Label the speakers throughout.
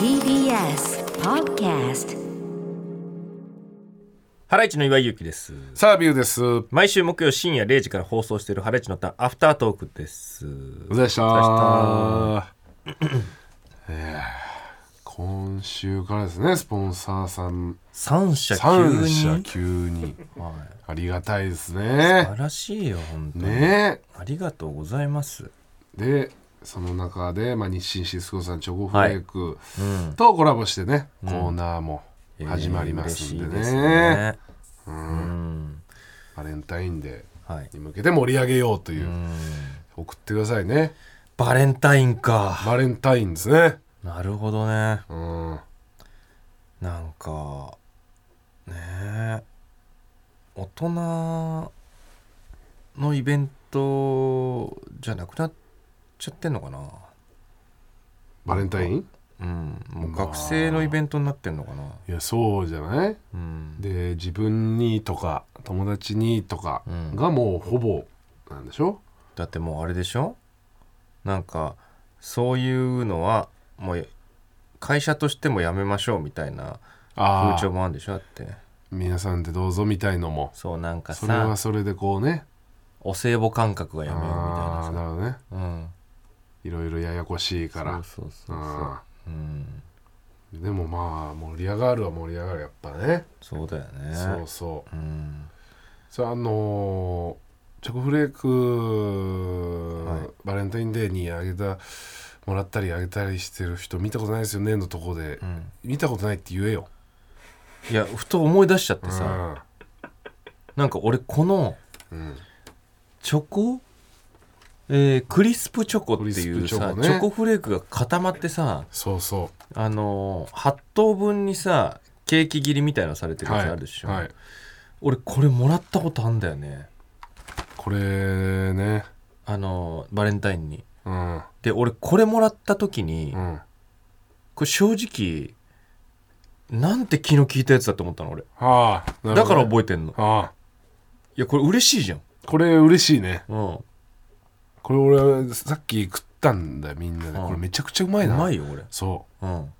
Speaker 1: TBS Podcast
Speaker 2: ハライチの岩井ゆきです。
Speaker 3: サービューです。お疲
Speaker 2: 毎週木曜深夜0時から放送しているハライチのターンアフタートークです。
Speaker 3: れ様でした。
Speaker 2: お
Speaker 3: えー今週からですね、スポンサーさん、
Speaker 2: 三社急
Speaker 3: 3
Speaker 2: に。
Speaker 3: 社急に。
Speaker 2: はい
Speaker 3: ありがたいです
Speaker 2: 素
Speaker 3: ね。
Speaker 2: 晴らしいよ、本当に。
Speaker 3: ね
Speaker 2: ありがとうございます。
Speaker 3: で、その中で、まあ、日清シスコさんチョコフレークとコラボしてね、コーナーも始まりますんでね。
Speaker 2: 嬉しいですね。
Speaker 3: バレンタインデ
Speaker 2: はい
Speaker 3: ー。に向けて盛り上げようという。送ってくださいね。
Speaker 2: バレンタインか。
Speaker 3: バレンタインですね。
Speaker 2: なるほどね。
Speaker 3: うん。
Speaker 2: なんか、ねえ大人のイベントじゃなくなっちゃってんのかな。
Speaker 3: バレンタイン
Speaker 2: うん、もう学生のイベントになってんのかな。
Speaker 3: いや、そうじゃない
Speaker 2: うん、
Speaker 3: で自分にとか友達にとか
Speaker 2: うん
Speaker 3: がもうほぼなんでしょ、
Speaker 2: だってもうあれでしょなんかそういうのはもう会社としてもやめましょうみたいな
Speaker 3: あ
Speaker 2: 風潮
Speaker 3: あ
Speaker 2: もあるんでしょだって
Speaker 3: 皆さんってどうぞみたいのも
Speaker 2: そうなんか
Speaker 3: それは
Speaker 2: さ
Speaker 3: それでこうね
Speaker 2: お歳暮感覚がやめようみ
Speaker 3: ああー
Speaker 2: たいな
Speaker 3: なるほどね
Speaker 2: さ、うん、
Speaker 3: いろいろややこしいから
Speaker 2: そうそうそうそううん
Speaker 3: うんでもまあ盛り上がるは盛り上がるやっぱね
Speaker 2: そうだよね
Speaker 3: そうそう
Speaker 2: うん
Speaker 3: それあのーチョコフレーク、
Speaker 2: はい
Speaker 3: バレンタインデーにあげたもらったりあげたりしてる人見たことないですよねのとこで、
Speaker 2: うん
Speaker 3: 見たことないって言えよ、
Speaker 2: いやふと思い出しちゃってさ、なんか俺この
Speaker 3: うん、
Speaker 2: チョコえークリスプチョコって
Speaker 3: クリ
Speaker 2: い
Speaker 3: ス
Speaker 2: う
Speaker 3: プチ
Speaker 2: さ
Speaker 3: ョ
Speaker 2: チョ,、
Speaker 3: コね
Speaker 2: コフレークが固まってさ
Speaker 3: そうそう
Speaker 2: あのー、8等分にさケーキ切りみたいなのされてるやつあるでしょ、
Speaker 3: はいはい、
Speaker 2: 俺これもらったことあんだよね
Speaker 3: これね
Speaker 2: あのーバレンタインに
Speaker 3: うん
Speaker 2: で俺これもらった時に、
Speaker 3: うん
Speaker 2: これ正直なんて気の利いたやつだと思ったの俺
Speaker 3: ああ
Speaker 2: だから
Speaker 3: え
Speaker 2: 覚えてんの
Speaker 3: ああ
Speaker 2: いやこれ嬉しいじゃん
Speaker 3: これ嬉しいね
Speaker 2: うんう
Speaker 3: これ俺さっき食ったんだよみんなで
Speaker 2: うん
Speaker 3: これめちゃくちゃうまいな
Speaker 2: まいよ俺
Speaker 3: そ
Speaker 2: うん
Speaker 3: う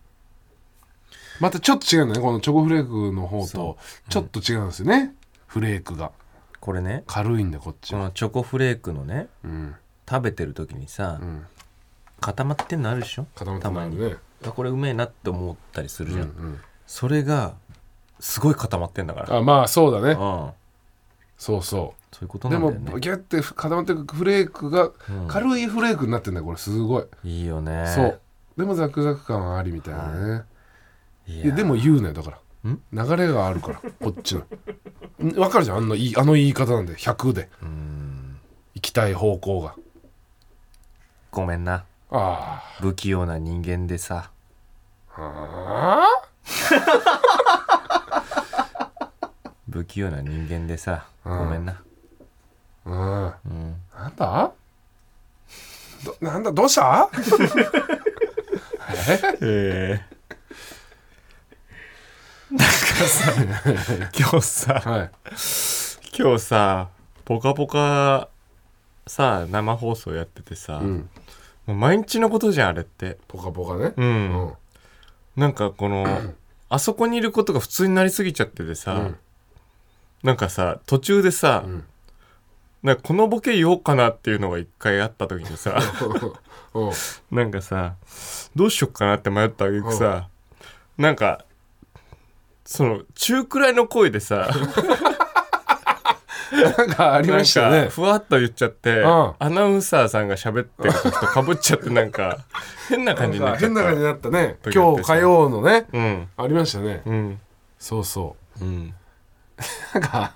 Speaker 3: またちょっと違うんだねこのチョコフレークの方
Speaker 2: そ
Speaker 3: とちょっと違うんですよね、フレークが
Speaker 2: これね
Speaker 3: 軽いんだこっち
Speaker 2: こ
Speaker 3: は
Speaker 2: のチョコフレークのね
Speaker 3: うん
Speaker 2: 食べてる時にさ、
Speaker 3: うん
Speaker 2: 固まってんのあるでしょ
Speaker 3: 固まって
Speaker 2: た
Speaker 3: る
Speaker 2: まに
Speaker 3: ね
Speaker 2: あこれうめえなって思ったりする
Speaker 3: うん
Speaker 2: じ
Speaker 3: う
Speaker 2: ゃん、
Speaker 3: ん
Speaker 2: それがすごい固まってんだから
Speaker 3: あまあそうだね
Speaker 2: うん
Speaker 3: そうそ
Speaker 2: そういうこ
Speaker 3: う
Speaker 2: と
Speaker 3: で
Speaker 2: なんだ
Speaker 3: も
Speaker 2: よね。
Speaker 3: ギュッて固まってるフレークが
Speaker 2: うん
Speaker 3: 軽いフレークになってんだよこれすごい
Speaker 2: いいよね。
Speaker 3: そう。でもザクザク感はありみたいなね。
Speaker 2: いや
Speaker 3: いやでも言うなよだから。
Speaker 2: ん
Speaker 3: 流れがあるから こっちの。んわかるじゃんあのいいあの言い方なんで100で
Speaker 2: うん
Speaker 3: 行きたい方向が。
Speaker 2: ごめんな。
Speaker 3: あ
Speaker 2: 不器用な人間でさ。
Speaker 3: あ。あ
Speaker 2: 不器用な人間でさ。
Speaker 3: うん
Speaker 2: ごめんな。
Speaker 3: あ。うん。な
Speaker 2: うん。
Speaker 3: んだ？どなんだどうした
Speaker 2: え
Speaker 3: え
Speaker 2: え。なんかさ、今日さ、
Speaker 3: はい。
Speaker 2: 今日さ、ポカポカさ、生放送やっててさ、
Speaker 3: うん。
Speaker 2: もう毎日のことじゃん、あれって。
Speaker 3: ポカポカね。
Speaker 2: う。
Speaker 3: うんん。
Speaker 2: なんかこの、あそこにいることが普通になりすぎちゃっててさ、
Speaker 3: うん
Speaker 2: なんかさ、途中でさ、
Speaker 3: うん。
Speaker 2: なんかこのボケ言おうかなっていうのが一回あった時にさ
Speaker 3: うん。
Speaker 2: なんかさどうしよっかなって迷った挙句さなんかその中くらいの声で さ
Speaker 3: なんかありました
Speaker 2: なん
Speaker 3: ね
Speaker 2: か。ふわっと言っちゃって、
Speaker 3: ん
Speaker 2: アナウンサーさんが喋ってる時とかぶっちゃってなん か変な感じになっちゃっ
Speaker 3: 変な
Speaker 2: た
Speaker 3: 感じになったね。
Speaker 2: 時々で
Speaker 3: 今日
Speaker 2: すね
Speaker 3: 火曜のね。
Speaker 2: うん
Speaker 3: ありましたね。
Speaker 2: うん
Speaker 3: そうそう。
Speaker 2: うん
Speaker 3: なんか、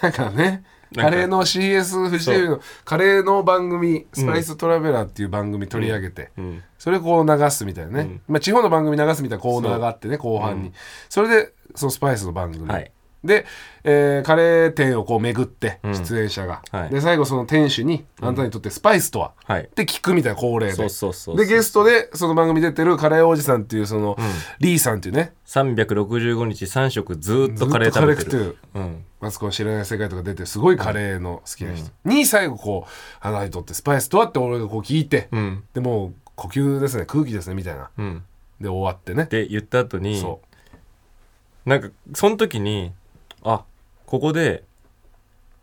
Speaker 3: なんかね、
Speaker 2: なんか
Speaker 3: カレーの CS フジテレビのカレーの番組、スパイストラベラーっていう番組取り上げて、
Speaker 2: うん
Speaker 3: それをこう流すみたいなね、
Speaker 2: うん
Speaker 3: まあ、地方の番組流すみたいなコーナーがあってね、後半に、それで、そのスパイスの番組。
Speaker 2: はい
Speaker 3: で、えーカレー店をこう巡って、
Speaker 2: ん
Speaker 3: 出演者が、
Speaker 2: はい
Speaker 3: で、最後その店主に、あなたにとってスパイスとは、
Speaker 2: はい
Speaker 3: って聞くみたいな恒例で。
Speaker 2: そうそうそう
Speaker 3: で、ゲストで、その番組出てるカレーおじさんっていう、その、リーさんっていうね、
Speaker 2: 365日3食ずーっとカレー食べてる
Speaker 3: ずっとカレー食ってる
Speaker 2: うん
Speaker 3: マツコの知らない世界とか出てすごいカレーの好きな人に最後こう「あなたにとってスパイスとは?」って俺がこう聞いて、
Speaker 2: うん
Speaker 3: でもう呼吸ですね空気ですねみたいな
Speaker 2: うん、
Speaker 3: で終わってね
Speaker 2: って言った後に
Speaker 3: そ
Speaker 2: なんかその時にあここで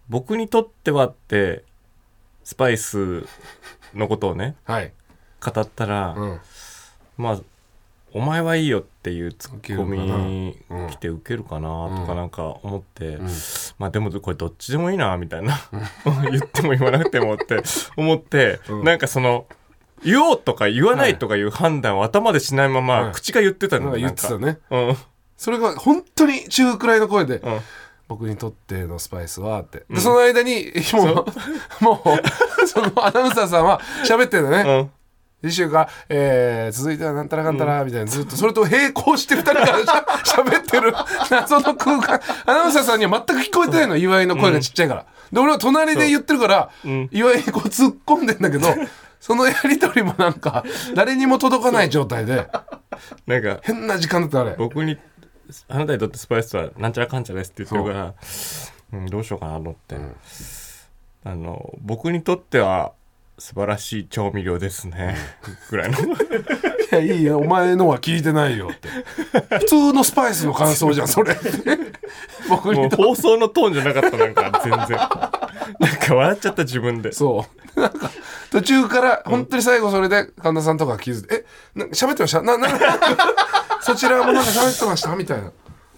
Speaker 2: 僕にとってはってスパイスのことをね
Speaker 3: うはい、
Speaker 2: 語ったら、
Speaker 3: うん、
Speaker 2: まあ「お前はいいよ」っていうツ
Speaker 3: 受け
Speaker 2: ッ
Speaker 3: るか
Speaker 2: コ
Speaker 3: な
Speaker 2: ミ
Speaker 3: うん
Speaker 2: 来てウケるかなとか
Speaker 3: うん
Speaker 2: なんか思って、
Speaker 3: うん
Speaker 2: まあでもこれどっちでもいいなみたいな 言っても言わなくてもって思って、
Speaker 3: うん
Speaker 2: なんかその言おうとか言わないとかいう判断を頭でしないまま、
Speaker 3: はい
Speaker 2: 口が言ってた
Speaker 3: なん
Speaker 2: の
Speaker 3: か言ってたね
Speaker 2: うんうん
Speaker 3: それが本当に中くらいの声で、
Speaker 2: うん
Speaker 3: 僕にとってのスパイスはって、で
Speaker 2: うん
Speaker 3: その間にもうもうそのアナウンサーさんは喋ってるのね、次週が、えー続いてはなんたらかんたらみたいな、ずっとそれと並行して2人から しゃ喋ってる謎の空間アナウンサーさんには全く聞こえてないの岩井の声がちっちゃいから、で俺は隣で言ってるから、
Speaker 2: うん
Speaker 3: 岩井にこう突っ込んでん だけどそのやり取りもなんか誰にも届かない状態で
Speaker 2: なんか
Speaker 3: 変な時間だったあれ
Speaker 2: 僕に「あなたにとってスパイスはなんちゃらかんちゃらです」って言ってるから、うん、どうしようかなと思って、あの僕にとっては素晴らしい調味料ですねぐ らいの
Speaker 3: いやいいよお前のは聞いてないよって普通のスパイスの感想じゃん それ僕
Speaker 2: も
Speaker 3: に
Speaker 2: う
Speaker 3: と
Speaker 2: 放送のトーンじゃなかったなんか全然なんか笑っちゃった自分で
Speaker 3: そう なんか途中から本当に最後それで神田さんとか気づいて「えな喋ってましたな なそちらもなんか喋ってました?」みたいな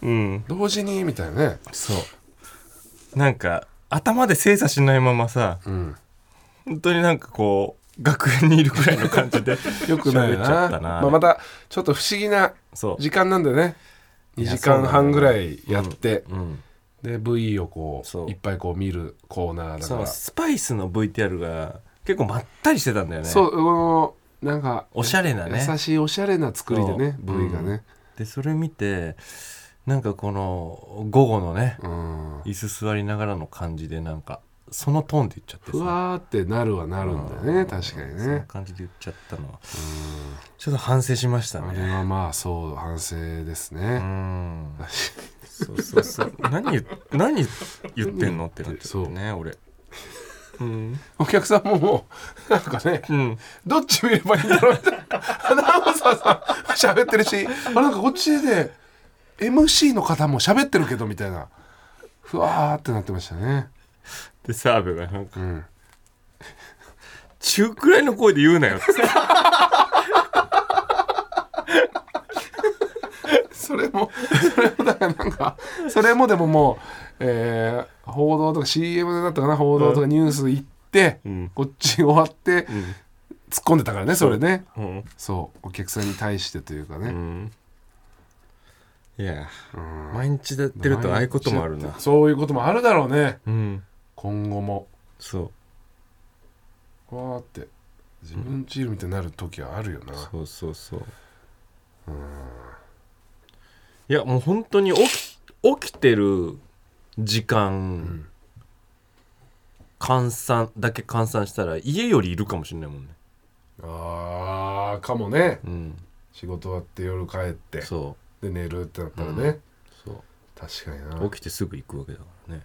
Speaker 2: うん
Speaker 3: 「同時に」みたいなね
Speaker 2: そうなんか頭で精査しないままさ
Speaker 3: うん
Speaker 2: 本当になんかこう学園にいるぐらいの感じで
Speaker 3: よくない
Speaker 2: 喋
Speaker 3: な
Speaker 2: っちゃったな
Speaker 3: まあ、またちょっと不思議な
Speaker 2: そう
Speaker 3: 時間なんでね2
Speaker 2: いや
Speaker 3: 時間半ぐらいやって
Speaker 2: うん
Speaker 3: で VE をこ
Speaker 2: そう
Speaker 3: ういっぱいこう見るコーナーだ
Speaker 2: そ
Speaker 3: か
Speaker 2: の
Speaker 3: ら
Speaker 2: スパイスの VTR が結構まったりしてたんだよね
Speaker 3: そうこのなんか
Speaker 2: おしゃれなね
Speaker 3: 優しいおしゃれな作りでね
Speaker 2: そう
Speaker 3: V がね
Speaker 2: でそれ見てなんかこの午後のね
Speaker 3: うん、
Speaker 2: 椅子座りながらの感じでなんかそのトーンで言っちゃって
Speaker 3: ふわーってなるはなるんだよね、確かに
Speaker 2: そんな
Speaker 3: ね
Speaker 2: 感じで言っちゃったのはちょっと反省しました
Speaker 3: あ
Speaker 2: ね
Speaker 3: れはまあそう反省です
Speaker 2: う
Speaker 3: ね、
Speaker 2: んそうそうそう 何言っ何言ってんのってなっちゃってね俺うん、
Speaker 3: お客さんももうなんかね
Speaker 2: うん、
Speaker 3: どっち見ればいいんだろうみたいなアナウンサーさん喋ってるしあなんかこっちで MC の方も喋ってるけどみたいなふわーってなってましたね
Speaker 2: で澤部がなんか
Speaker 3: うん
Speaker 2: 中くらいの声で言うなよっつって
Speaker 3: それもそれもだからなんかそれもでももう、えー報道とか CM だったかな報道とかニュース行って、
Speaker 2: うん
Speaker 3: こっち終わって
Speaker 2: うん
Speaker 3: 突っ込んでたからねそれね
Speaker 2: うん、
Speaker 3: そうお客さんに対してというか
Speaker 2: う
Speaker 3: ね、
Speaker 2: ん、いや
Speaker 3: うん
Speaker 2: 毎日やってるとああいうこともあるな
Speaker 3: そういうこともあるだろうね
Speaker 2: うん
Speaker 3: 今後も
Speaker 2: そう
Speaker 3: わーって自分チームみたいになる時はあるよな、
Speaker 2: そうそうそういやもう本当に起き起きてる時間、
Speaker 3: ん
Speaker 2: 換算だけ換算したら家よりいるかもしれないもんね
Speaker 3: あーかもね
Speaker 2: うん
Speaker 3: 仕事終わって夜帰って
Speaker 2: そ
Speaker 3: で寝るってなったらね、
Speaker 2: うんう
Speaker 3: 確かに
Speaker 2: そう
Speaker 3: な
Speaker 2: 起きてすぐ行くわけだからね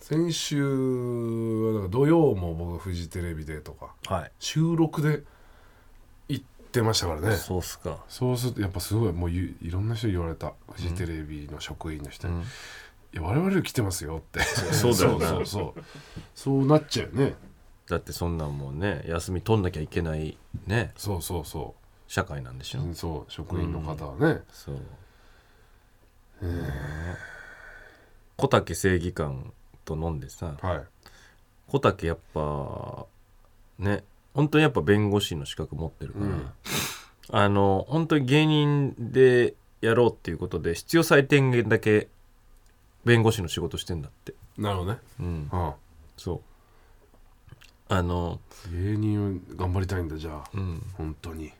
Speaker 3: 先週はだから土曜も僕フジテレビでとか
Speaker 2: は
Speaker 3: 収録で行ってましたからね
Speaker 2: そうっすか
Speaker 3: そうするとやっぱすごいもうゆいろんな人に言われたフジテレビの職員の人に、
Speaker 2: うん
Speaker 3: いや我々より来てますよって
Speaker 2: そうだよな
Speaker 3: そうそうそうそうなっちゃうよね
Speaker 2: だってそんなんもうね休み取んなきゃいけないね
Speaker 3: そうそうそ
Speaker 2: 社会なんでし
Speaker 3: う、
Speaker 2: ょ、
Speaker 3: そう職員の方はね、
Speaker 2: そう小竹正義感と飲んでさ、
Speaker 3: はい
Speaker 2: 小竹やっぱね本当にやっぱ弁護士の資格持ってるから、
Speaker 3: うん
Speaker 2: あの本当に芸人でやろうっていうことで必要最低限だけ弁護士の仕事してんだって
Speaker 3: なるほどね、
Speaker 2: うん
Speaker 3: は
Speaker 2: そうあの
Speaker 3: あ、芸人を頑張りたいんだじゃあ、
Speaker 2: うん
Speaker 3: 本当に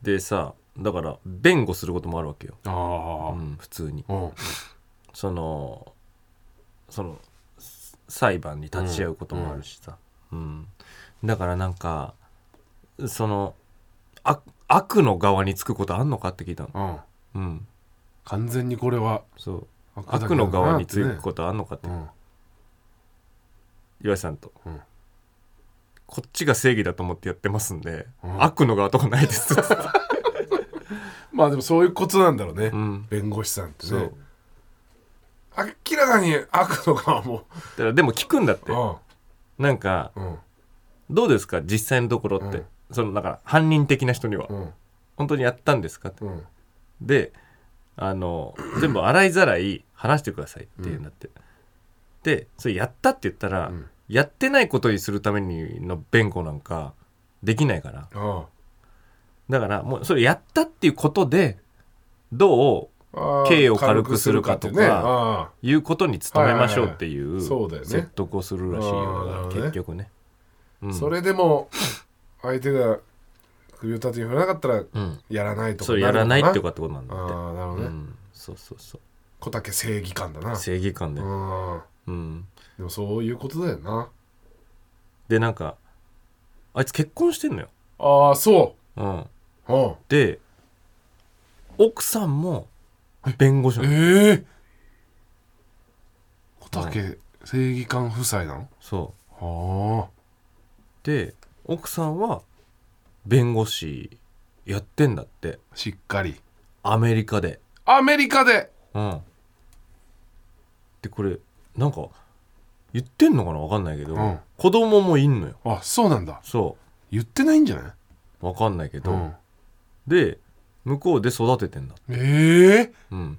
Speaker 2: でさだから弁護することもあるわけよ、
Speaker 3: ああ
Speaker 2: う、ん、普通に
Speaker 3: うん
Speaker 2: そのそのす裁判に立ち会うこともあるしさ、うんだからなんかそのあ悪の側につくことあんのかって聞いたの、
Speaker 3: うん
Speaker 2: うん、
Speaker 3: 完全にこれは
Speaker 2: そう
Speaker 3: 悪だけ
Speaker 2: 悪
Speaker 3: どな
Speaker 2: の側につ
Speaker 3: って
Speaker 2: く
Speaker 3: ね
Speaker 2: ことあんのかって
Speaker 3: うん
Speaker 2: 岩井さんと、
Speaker 3: うん
Speaker 2: こっちが正義だと思ってやってますんで、悪の側とかない です。
Speaker 3: まあでもそういうことなんだろうね、
Speaker 2: ん
Speaker 3: 弁護士さんって
Speaker 2: そ
Speaker 3: ね
Speaker 2: う
Speaker 3: 明らかに悪の側も
Speaker 2: だからでも聞くんだって。なんか、
Speaker 3: うんうん
Speaker 2: どうですか実際のところって。
Speaker 3: うん
Speaker 2: その、だから犯人的な人には。
Speaker 3: うん
Speaker 2: 本当にやったんですかって。
Speaker 3: うん
Speaker 2: で、あの、全部洗いざらい話してくださいっていうんだって。で、それやったって言ったら、
Speaker 3: うん
Speaker 2: やってないことにするためにの弁護なんかできないから。
Speaker 3: あ
Speaker 2: だからもうそれやったっていうことでど
Speaker 3: あ
Speaker 2: 刑を軽くするかとか
Speaker 3: 軽くするかっ
Speaker 2: ういうことに努めましょうってい
Speaker 3: は
Speaker 2: う
Speaker 3: いはいはいそうだよね
Speaker 2: 説得をするらしいよだ
Speaker 3: あーなる
Speaker 2: か
Speaker 3: ほ
Speaker 2: ら
Speaker 3: どね
Speaker 2: 結局ね。う
Speaker 3: てね
Speaker 2: ん
Speaker 3: それでも相手が首を縦に振らなかったら
Speaker 2: うん
Speaker 3: やらないとか
Speaker 2: それやらないってこ
Speaker 3: か
Speaker 2: となんだ
Speaker 3: あ
Speaker 2: って。
Speaker 3: あなるほ
Speaker 2: う
Speaker 3: どね、
Speaker 2: ん、そうそうそう
Speaker 3: 小竹正義感だな
Speaker 2: 正義感で、
Speaker 3: うん
Speaker 2: うん、
Speaker 3: でもそういうことだよな
Speaker 2: でなんかあいつ結婚してんのよ、
Speaker 3: ああそ
Speaker 2: うん、
Speaker 3: ううん
Speaker 2: で奥さんも弁護士なの
Speaker 3: ええ小竹正義感夫妻な
Speaker 2: そ
Speaker 3: のは
Speaker 2: うで奥さんは弁護士やってんだって
Speaker 3: あしっかり
Speaker 2: アメリカで
Speaker 3: アメリカで
Speaker 2: うん。でこれなんか言ってんのかなわかんないけど、
Speaker 3: うん
Speaker 2: 子供もいんのよ
Speaker 3: あそうなんだ
Speaker 2: そ
Speaker 3: 言ってないんじゃないう
Speaker 2: わかんないけど、
Speaker 3: うん
Speaker 2: で向こうで育ててんだ
Speaker 3: ええ
Speaker 2: うん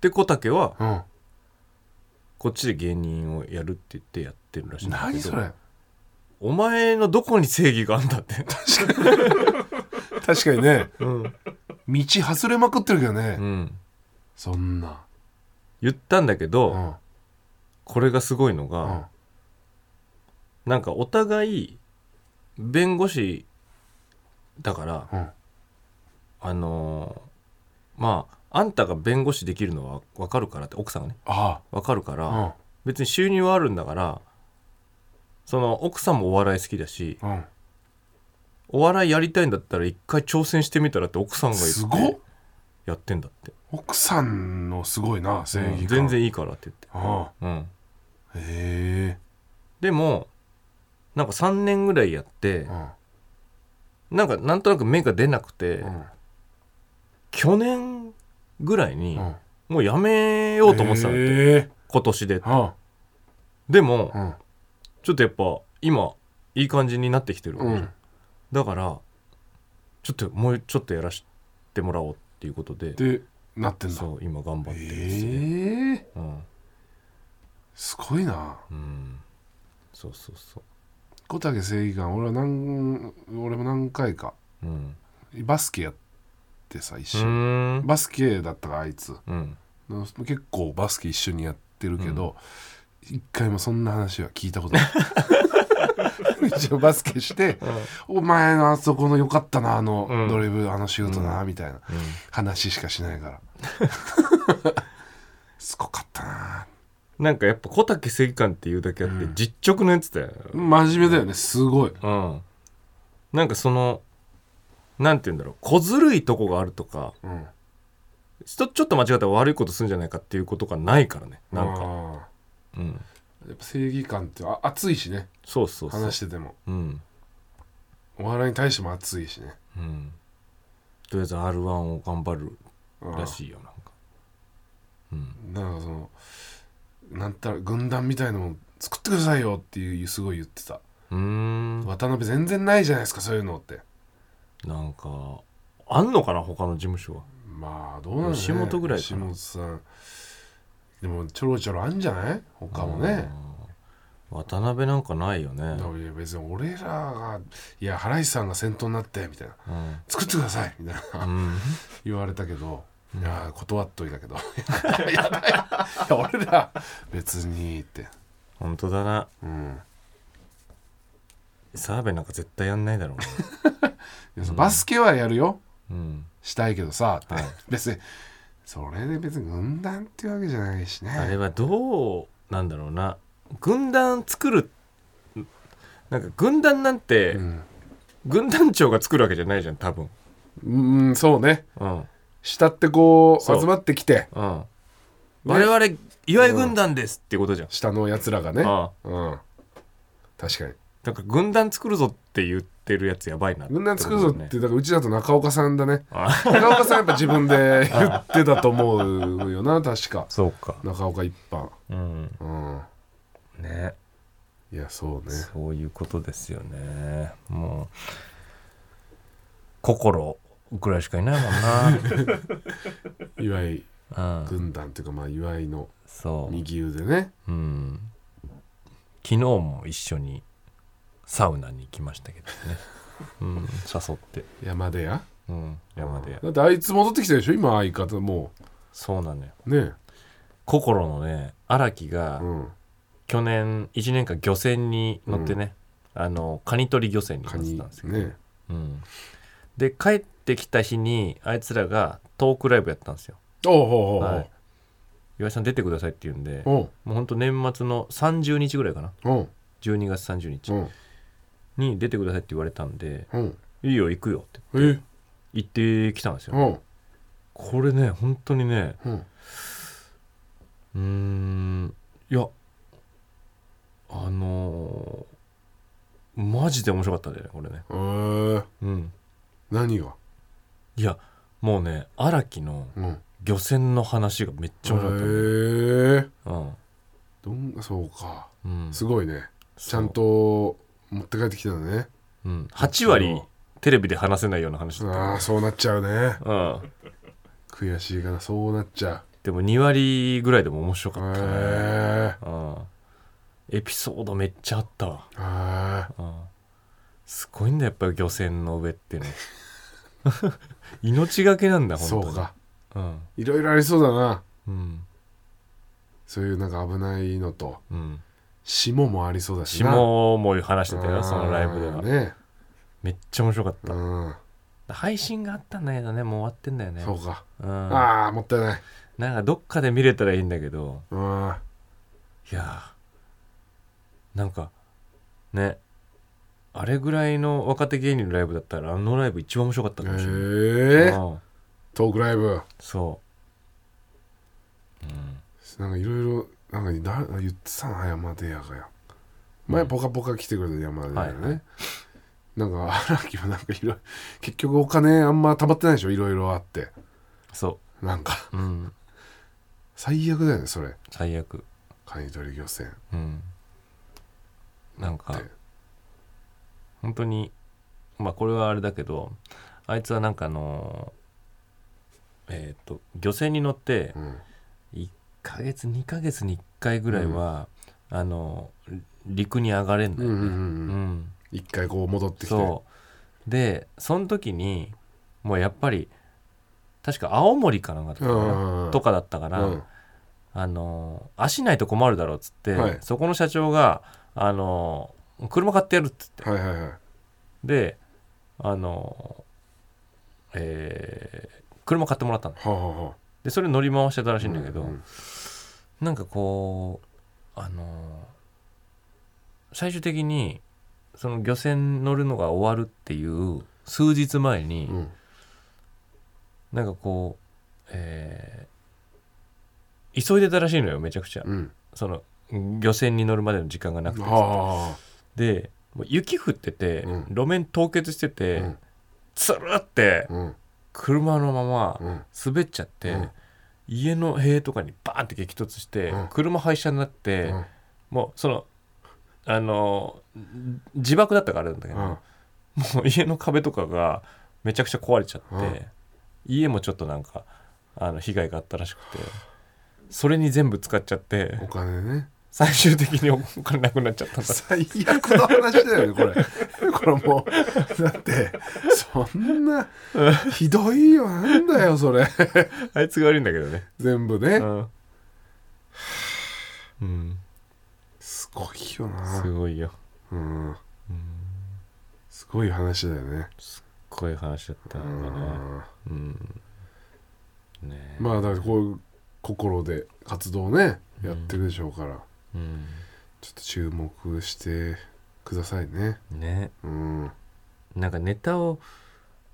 Speaker 2: で小竹は
Speaker 3: うん
Speaker 2: こっちで芸人をやるって言ってやってるらしいんだけど
Speaker 3: 何それ
Speaker 2: お前のどこに正義があんだって、
Speaker 3: 確かにね
Speaker 2: うん
Speaker 3: 道外れまくってるけどね、
Speaker 2: うん、
Speaker 3: そんな
Speaker 2: 言ったんだけど、
Speaker 3: うん
Speaker 2: これがすごいのが、
Speaker 3: うん
Speaker 2: なんかお互い弁護士だから、
Speaker 3: うん
Speaker 2: あのーまああんたが弁護士できるのは分かるからって奥さんがね
Speaker 3: あ
Speaker 2: 分かるから、
Speaker 3: あ
Speaker 2: 別に収入はあるんだからその奥さんもお笑い好きだし
Speaker 3: うんうん
Speaker 2: お笑いやりたいんだったら一回挑戦してみたらって奥さんが
Speaker 3: す
Speaker 2: 言
Speaker 3: ご
Speaker 2: っ
Speaker 3: って
Speaker 2: やってんだって、
Speaker 3: 奥さんのすごいな正
Speaker 2: うん
Speaker 3: 義感、
Speaker 2: 全然いいからって
Speaker 3: あ
Speaker 2: 言って、うん、
Speaker 3: あへ
Speaker 2: でもなんか3年ぐらいやって
Speaker 3: えうん
Speaker 2: なんかなんとなく目が出なくて、
Speaker 3: うん
Speaker 2: 去年ぐらいに
Speaker 3: うん
Speaker 2: もうやめようと思ってたんだって、
Speaker 3: へえ
Speaker 2: 今年で
Speaker 3: あ
Speaker 2: でも、
Speaker 3: あうん
Speaker 2: ちょっとやっぱ今いい感じになってきてる、
Speaker 3: うん
Speaker 2: だからちょっともうちょっとやらせてもらおうっていうことで
Speaker 3: でなってんだ
Speaker 2: そう今頑張ってるんですね、
Speaker 3: ええ
Speaker 2: うん
Speaker 3: すごいな
Speaker 2: うんそうそうそ
Speaker 3: 小竹正義感俺は何俺も何回か
Speaker 2: ううん
Speaker 3: バスケやってさ一
Speaker 2: う
Speaker 3: 緒に
Speaker 2: ーん
Speaker 3: バスケだったからあいつ
Speaker 2: うん
Speaker 3: 結構バスケ一緒にやってるけど、一回もそんな話は聞いたことない 一応バスケして、お前のあそこの良かったなあの
Speaker 2: うん
Speaker 3: ドリブル、あのシュートな、みたい
Speaker 2: う
Speaker 3: な
Speaker 2: ん
Speaker 3: 話しかしないから すごかったな
Speaker 2: なんかやっぱ小竹正義感っていうだけあって実直なやつだよ、
Speaker 3: 真面目だよねすごい
Speaker 2: うん、なんかそのなんて言うんだろう小ずるいとこがあるとか
Speaker 3: うん
Speaker 2: ちょちょっと間違ったら悪いことするんじゃないかっていうことがないからねなんか、
Speaker 3: か
Speaker 2: うん、
Speaker 3: やっぱ正義感ってあ熱いしね
Speaker 2: そうそうそう
Speaker 3: 話してても
Speaker 2: うん
Speaker 3: お笑いに対しても熱いしね
Speaker 2: うんとりあえず r 1を頑張る
Speaker 3: うん
Speaker 2: らしいよなんかうん
Speaker 3: なんかそのなんたら軍団みたいのも作ってくださいよっていうすごい言ってた
Speaker 2: うーん
Speaker 3: 渡辺全然ないじゃないですかそういうのって
Speaker 2: なんかあんのかな他の事務所は
Speaker 3: まあどうなんだろうね
Speaker 2: 吉本ぐらい
Speaker 3: 吉
Speaker 2: かな
Speaker 3: 本さんでもちょろちょろあんじゃない他もね
Speaker 2: うん渡辺なんかないよね、
Speaker 3: だからいや別に俺らがいや原石さんが先頭になってみたいな
Speaker 2: うん
Speaker 3: 作ってくださいみたいな
Speaker 2: うん、
Speaker 3: 言われたけど、いや断っといた けどいやいやいや俺ら別にって
Speaker 2: 本当だな
Speaker 3: うん
Speaker 2: 澤部なんか絶対やんないだろうね、
Speaker 3: いやバスケはやるよ
Speaker 2: うん
Speaker 3: したいけどさって、
Speaker 2: はい
Speaker 3: 別にそれで別に軍団っていうわけじゃないし
Speaker 2: あれ
Speaker 3: ね
Speaker 2: はどうなんだろうな軍団作るなんか軍団なんて、
Speaker 3: うん、
Speaker 2: 軍団長が作るわけじゃないじゃん多分
Speaker 3: うん、そうね
Speaker 2: うん
Speaker 3: 下ってこう
Speaker 2: そう
Speaker 3: 集まってきて
Speaker 2: うん我々岩井軍団ですっていうことじゃん、
Speaker 3: 下のやつらがね
Speaker 2: あ
Speaker 3: うん確かに
Speaker 2: なんか軍団作るぞって言ってるやつやばいな
Speaker 3: 軍団作るぞって
Speaker 2: ね
Speaker 3: だからうちだと中岡さんだね
Speaker 2: あ
Speaker 3: 中岡さんやっぱ自分で 言ってたと思うよな確か
Speaker 2: そうか
Speaker 3: 中岡一般
Speaker 2: うん
Speaker 3: うん
Speaker 2: ね
Speaker 3: いやそうね
Speaker 2: そういうことですよねもう心ぐらいしかいないもん
Speaker 3: 岩井
Speaker 2: な うん
Speaker 3: 軍団っていうかまあ岩井の
Speaker 2: そ
Speaker 3: 右腕ね
Speaker 2: ううん昨日も一緒にサウナに行きましたけどね、 うん、誘って、
Speaker 3: 山出屋
Speaker 2: うん、山で
Speaker 3: だってあいつ戻ってきたでしょ今相方も
Speaker 2: そうなのよ
Speaker 3: うね
Speaker 2: 心のね荒木が、
Speaker 3: うん
Speaker 2: 去年1年間漁船に乗ってね、あのカニ取り漁船に乗
Speaker 3: カ
Speaker 2: って
Speaker 3: ニ
Speaker 2: たんですけど、
Speaker 3: ね
Speaker 2: うん、で帰ってきた日にあいつらがトークライブやったんですよ、
Speaker 3: おうほうほうほう、
Speaker 2: はい、岩井さん出てくださいって言うんでも
Speaker 3: おう
Speaker 2: うほんと年末の30日ぐらいかな
Speaker 3: おう
Speaker 2: 12月30日
Speaker 3: おう
Speaker 2: に出てくださいって言われたんで
Speaker 3: おう
Speaker 2: 「いいよ行くよ」って
Speaker 3: え
Speaker 2: 行ってきたんですよ
Speaker 3: おう
Speaker 2: これね本当にね
Speaker 3: おう
Speaker 2: うーんいやあのーマジで面白かったんだよねこれね
Speaker 3: えー
Speaker 2: うん
Speaker 3: 何が
Speaker 2: いやもうね荒木の
Speaker 3: うん
Speaker 2: 漁船の話がめっちゃ面白かったね、
Speaker 3: へえ
Speaker 2: うん
Speaker 3: どんそうか
Speaker 2: うん、
Speaker 3: すごいねちゃん
Speaker 2: そ
Speaker 3: と持って帰ってきたのね
Speaker 2: う、うん、8割テレビで話せないような話だった
Speaker 3: ああそうなっちゃうね
Speaker 2: うん、
Speaker 3: 悔しいかなそうなっちゃ
Speaker 2: でも2割ぐらいでも面白
Speaker 3: うへ
Speaker 2: かったね、
Speaker 3: え
Speaker 2: うん、エピソードめっちゃあったわ、
Speaker 3: あ
Speaker 2: うん、すごいんだやっぱり漁船の上ってね 命がけなんだ
Speaker 3: あ
Speaker 2: 本当
Speaker 3: そ
Speaker 2: に
Speaker 3: うか
Speaker 2: うん
Speaker 3: いろいろありそうだな
Speaker 2: うん
Speaker 3: そういうなんか危ないのと
Speaker 2: うん
Speaker 3: 霜もありそうだしな
Speaker 2: 下も話してたよそのライブで
Speaker 3: あ
Speaker 2: は、
Speaker 3: ーね
Speaker 2: めっちゃ面白かっ
Speaker 3: うん
Speaker 2: た配信があったんだけどねもう終わってんだよね
Speaker 3: そうか
Speaker 2: うん、な
Speaker 3: ああもったいない
Speaker 2: んかどっかで見れたらいいんだけど
Speaker 3: うん
Speaker 2: いやーなんかねあれぐらいの若手芸人のライブだったらあのライブ一番面白かったかもしれない、
Speaker 3: ええ
Speaker 2: うん
Speaker 3: トークライブ
Speaker 2: そう、うん、
Speaker 3: なんかいろいろなんかだ言ってたな山出屋がや前
Speaker 2: うん
Speaker 3: ポカポカ来てくれた山出屋ね、
Speaker 2: はいはい
Speaker 3: なんか荒木はなんかいろいろ結局お金あんま貯まってないでしょいろいろあって
Speaker 2: そ
Speaker 3: なんか
Speaker 2: う、うん、
Speaker 3: 最悪だよねそれ
Speaker 2: 最悪
Speaker 3: カニ取り漁船
Speaker 2: うんなん
Speaker 3: っ
Speaker 2: か
Speaker 3: て
Speaker 2: 本当にまあこれはあれだけどあいつはなんかあのーえっ、と漁船に乗って
Speaker 3: うん
Speaker 2: 1ヶ月2ヶ月に1回ぐらいは、あのー陸に上がれん
Speaker 3: う
Speaker 2: の
Speaker 3: ん
Speaker 2: よ
Speaker 3: う
Speaker 2: ね、
Speaker 3: んうんうん
Speaker 2: うん
Speaker 3: 一回こう戻ってきて
Speaker 2: そうでその時にもうやっぱり確か青森かなんかだったか
Speaker 3: うん
Speaker 2: な
Speaker 3: うんうん
Speaker 2: とかだったから、
Speaker 3: うん
Speaker 2: あの足ないと困るだろうっつって、
Speaker 3: はい
Speaker 2: そこの社長があの車買ってやるっつって
Speaker 3: はいはいはい
Speaker 2: であのえー車買ってもらったの
Speaker 3: はあはあはあ
Speaker 2: でそれ乗り回してたらしいんだけど、
Speaker 3: うんうん
Speaker 2: なんかこうあの最終的にその漁船乗るのが終わるっていう数日前に、
Speaker 3: うん
Speaker 2: なんかこう、えー急いでたらしいのよめちゃくちゃ、
Speaker 3: うん
Speaker 2: その漁船に乗るまでの時間がなくて
Speaker 3: はあはあは
Speaker 2: でもう雪降ってて、
Speaker 3: うん
Speaker 2: 路面凍結してて、
Speaker 3: うん
Speaker 2: つるって
Speaker 3: あうん
Speaker 2: 車のまま
Speaker 3: うん
Speaker 2: 滑っちゃって、
Speaker 3: うん
Speaker 2: 家の塀とかにバーンって激突して、
Speaker 3: うん
Speaker 2: 車廃車になって、
Speaker 3: うん
Speaker 2: もうそのあの自爆だったからあれなんだけど、
Speaker 3: うん
Speaker 2: もう家の壁とかがめちゃくちゃ壊れちゃって、
Speaker 3: うん
Speaker 2: 家もちょっとなんかあの被害があったらしくてそれに全部使っちゃって
Speaker 3: お金ね
Speaker 2: 最終的にお金なくなっちゃったんだ
Speaker 3: 最悪の話だよねこ れこれもうだってそんなひどいよなんだよそれ
Speaker 2: あいつが悪いんだけどね
Speaker 3: 全部ね
Speaker 2: うん、うん、
Speaker 3: すごいよ
Speaker 2: す
Speaker 3: な
Speaker 2: ごいよ
Speaker 3: うんすごい話だよね
Speaker 2: こういう話だった
Speaker 3: うん
Speaker 2: だね
Speaker 3: ん
Speaker 2: うんねえ
Speaker 3: まあだからこういう心で活動をねやってるでしょうから
Speaker 2: うん
Speaker 3: ちょっと注目してくださいね
Speaker 2: ね
Speaker 3: うん
Speaker 2: なんかネタを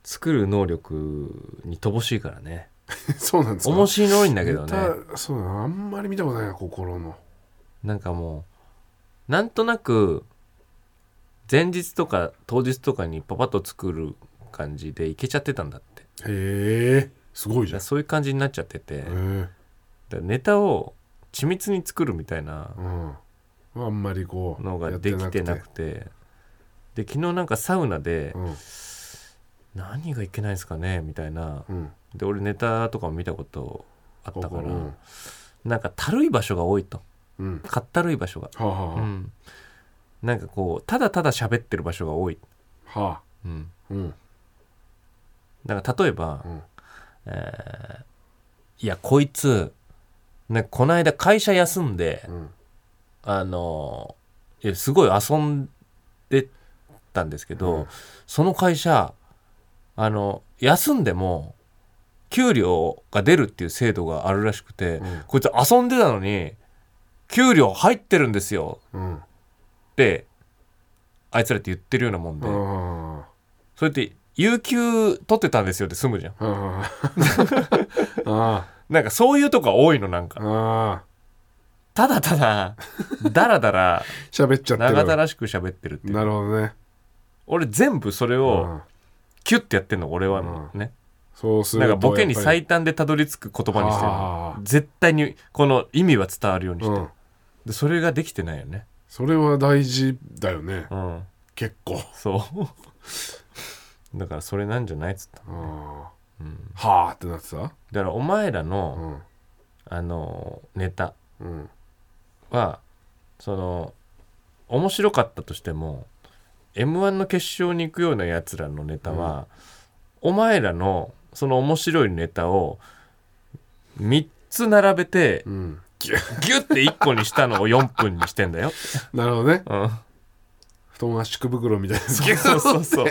Speaker 2: 作る能力に乏しいからね
Speaker 3: そうなんですか
Speaker 2: 面白いんだけどね
Speaker 3: ネタそうだなあんまり見たことないな心の
Speaker 2: なんかもうなんとなく前日とか当日とかにパパッと作る感じでいけちゃってたんだってだか
Speaker 3: えすごいじ
Speaker 2: ら
Speaker 3: ゃんへ
Speaker 2: そういう感じになっちゃってて、だか
Speaker 3: え
Speaker 2: らネタを緻密に作るみたいな
Speaker 3: うんあんまりこう
Speaker 2: のができてなくてで昨日なんかサウナで
Speaker 3: うん
Speaker 2: 何がいけないですかねみたいな
Speaker 3: うん
Speaker 2: で俺ネタとかも見たことあったから、
Speaker 3: うん
Speaker 2: なんかたるい場所が多いと
Speaker 3: うん
Speaker 2: かったるい場所が、
Speaker 3: はあは
Speaker 2: う
Speaker 3: あ
Speaker 2: んなんかこうただただ喋ってる場所が多い、
Speaker 3: はあ
Speaker 2: うん、
Speaker 3: うん
Speaker 2: だから例えば、
Speaker 3: うん
Speaker 2: えーいやこいつ、ね、この間会社休んで、
Speaker 3: うん
Speaker 2: あのいやすごい遊んでたんですけど、
Speaker 3: うん
Speaker 2: その会社あの休んでも給料が出るっていう制度があるらしくて、
Speaker 3: うん
Speaker 2: こいつ遊んでたのに給料入ってるんですよ
Speaker 3: うん
Speaker 2: ってあいつらって言ってるようなもんで、
Speaker 3: うん
Speaker 2: それって有給取ってたんですよって済むじゃん
Speaker 3: ああ
Speaker 2: なんかそういうとこが多いのなんか
Speaker 3: ああ
Speaker 2: ただた だだらだら
Speaker 3: 喋っちゃってる
Speaker 2: 長だらしく喋ってるっていう
Speaker 3: なるほどね
Speaker 2: 俺全部それ
Speaker 3: う
Speaker 2: を
Speaker 3: ん
Speaker 2: キュッてやってんの俺はのね、
Speaker 3: そうする
Speaker 2: なん
Speaker 3: と
Speaker 2: かボケに
Speaker 3: やっぱり
Speaker 2: 最短でたどり着く言葉にしてる
Speaker 3: あ
Speaker 2: の
Speaker 3: ー
Speaker 2: 絶対にこの意味は伝わるようにして、
Speaker 3: うん
Speaker 2: でそれができてないよね
Speaker 3: それは大事だよね
Speaker 2: うん
Speaker 3: 結構
Speaker 2: そうだからそれなんじゃないっつったの
Speaker 3: ああ
Speaker 2: ん
Speaker 3: はあってなってた
Speaker 2: だからお前ら
Speaker 3: う
Speaker 2: の、
Speaker 3: ん
Speaker 2: あのネタ
Speaker 3: うん
Speaker 2: はその面白かったとしても m 1の決勝に行くようなやつらのネタは、お前らのその面白いネタを3つ並べて
Speaker 3: うん
Speaker 2: ギュッて1個にしたのを4分にしてんだよ。
Speaker 3: なるほどね
Speaker 2: うん、
Speaker 3: 布団圧縮袋みたいな
Speaker 2: そうそうそう そう。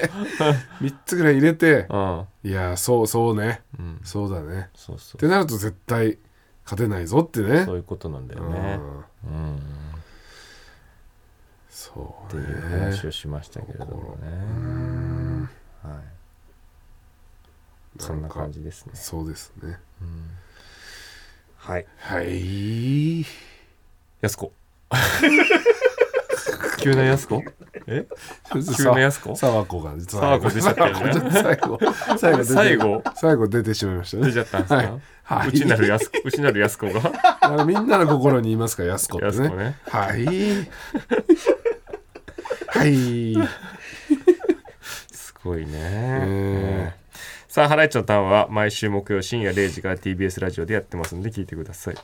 Speaker 3: 3つぐらい入れて
Speaker 2: うん
Speaker 3: いやそうそうね
Speaker 2: うん、
Speaker 3: そうだね
Speaker 2: そうそ
Speaker 3: ってなると絶対勝てないぞってね
Speaker 2: う。そういうことなんだよ
Speaker 3: う
Speaker 2: ね。
Speaker 3: ん
Speaker 2: うん、っ
Speaker 3: そう
Speaker 2: ていう
Speaker 3: ね
Speaker 2: 話をしましたけれどもね。はい。そんな感じですね。
Speaker 3: そうですね
Speaker 2: はい。
Speaker 3: はい
Speaker 2: やす こ。急なやすこ。え。急なやすこ。
Speaker 3: 沢子が実
Speaker 2: 沢子出ちゃったよね
Speaker 3: 最後最後出て
Speaker 2: 最後
Speaker 3: 最後出てしまいましたね
Speaker 2: 出ちゃったんですか。
Speaker 3: はいはいう
Speaker 2: ちなるやすこ。うちなるやすこが。
Speaker 3: あのみんなの心にいますから安子って
Speaker 2: やす
Speaker 3: ね
Speaker 2: こね
Speaker 3: はいはい
Speaker 2: すごいね。
Speaker 3: え
Speaker 2: さあ、ハライチのターンは毎週木曜深夜0時から TBS ラジオでやってますんで聞いてください。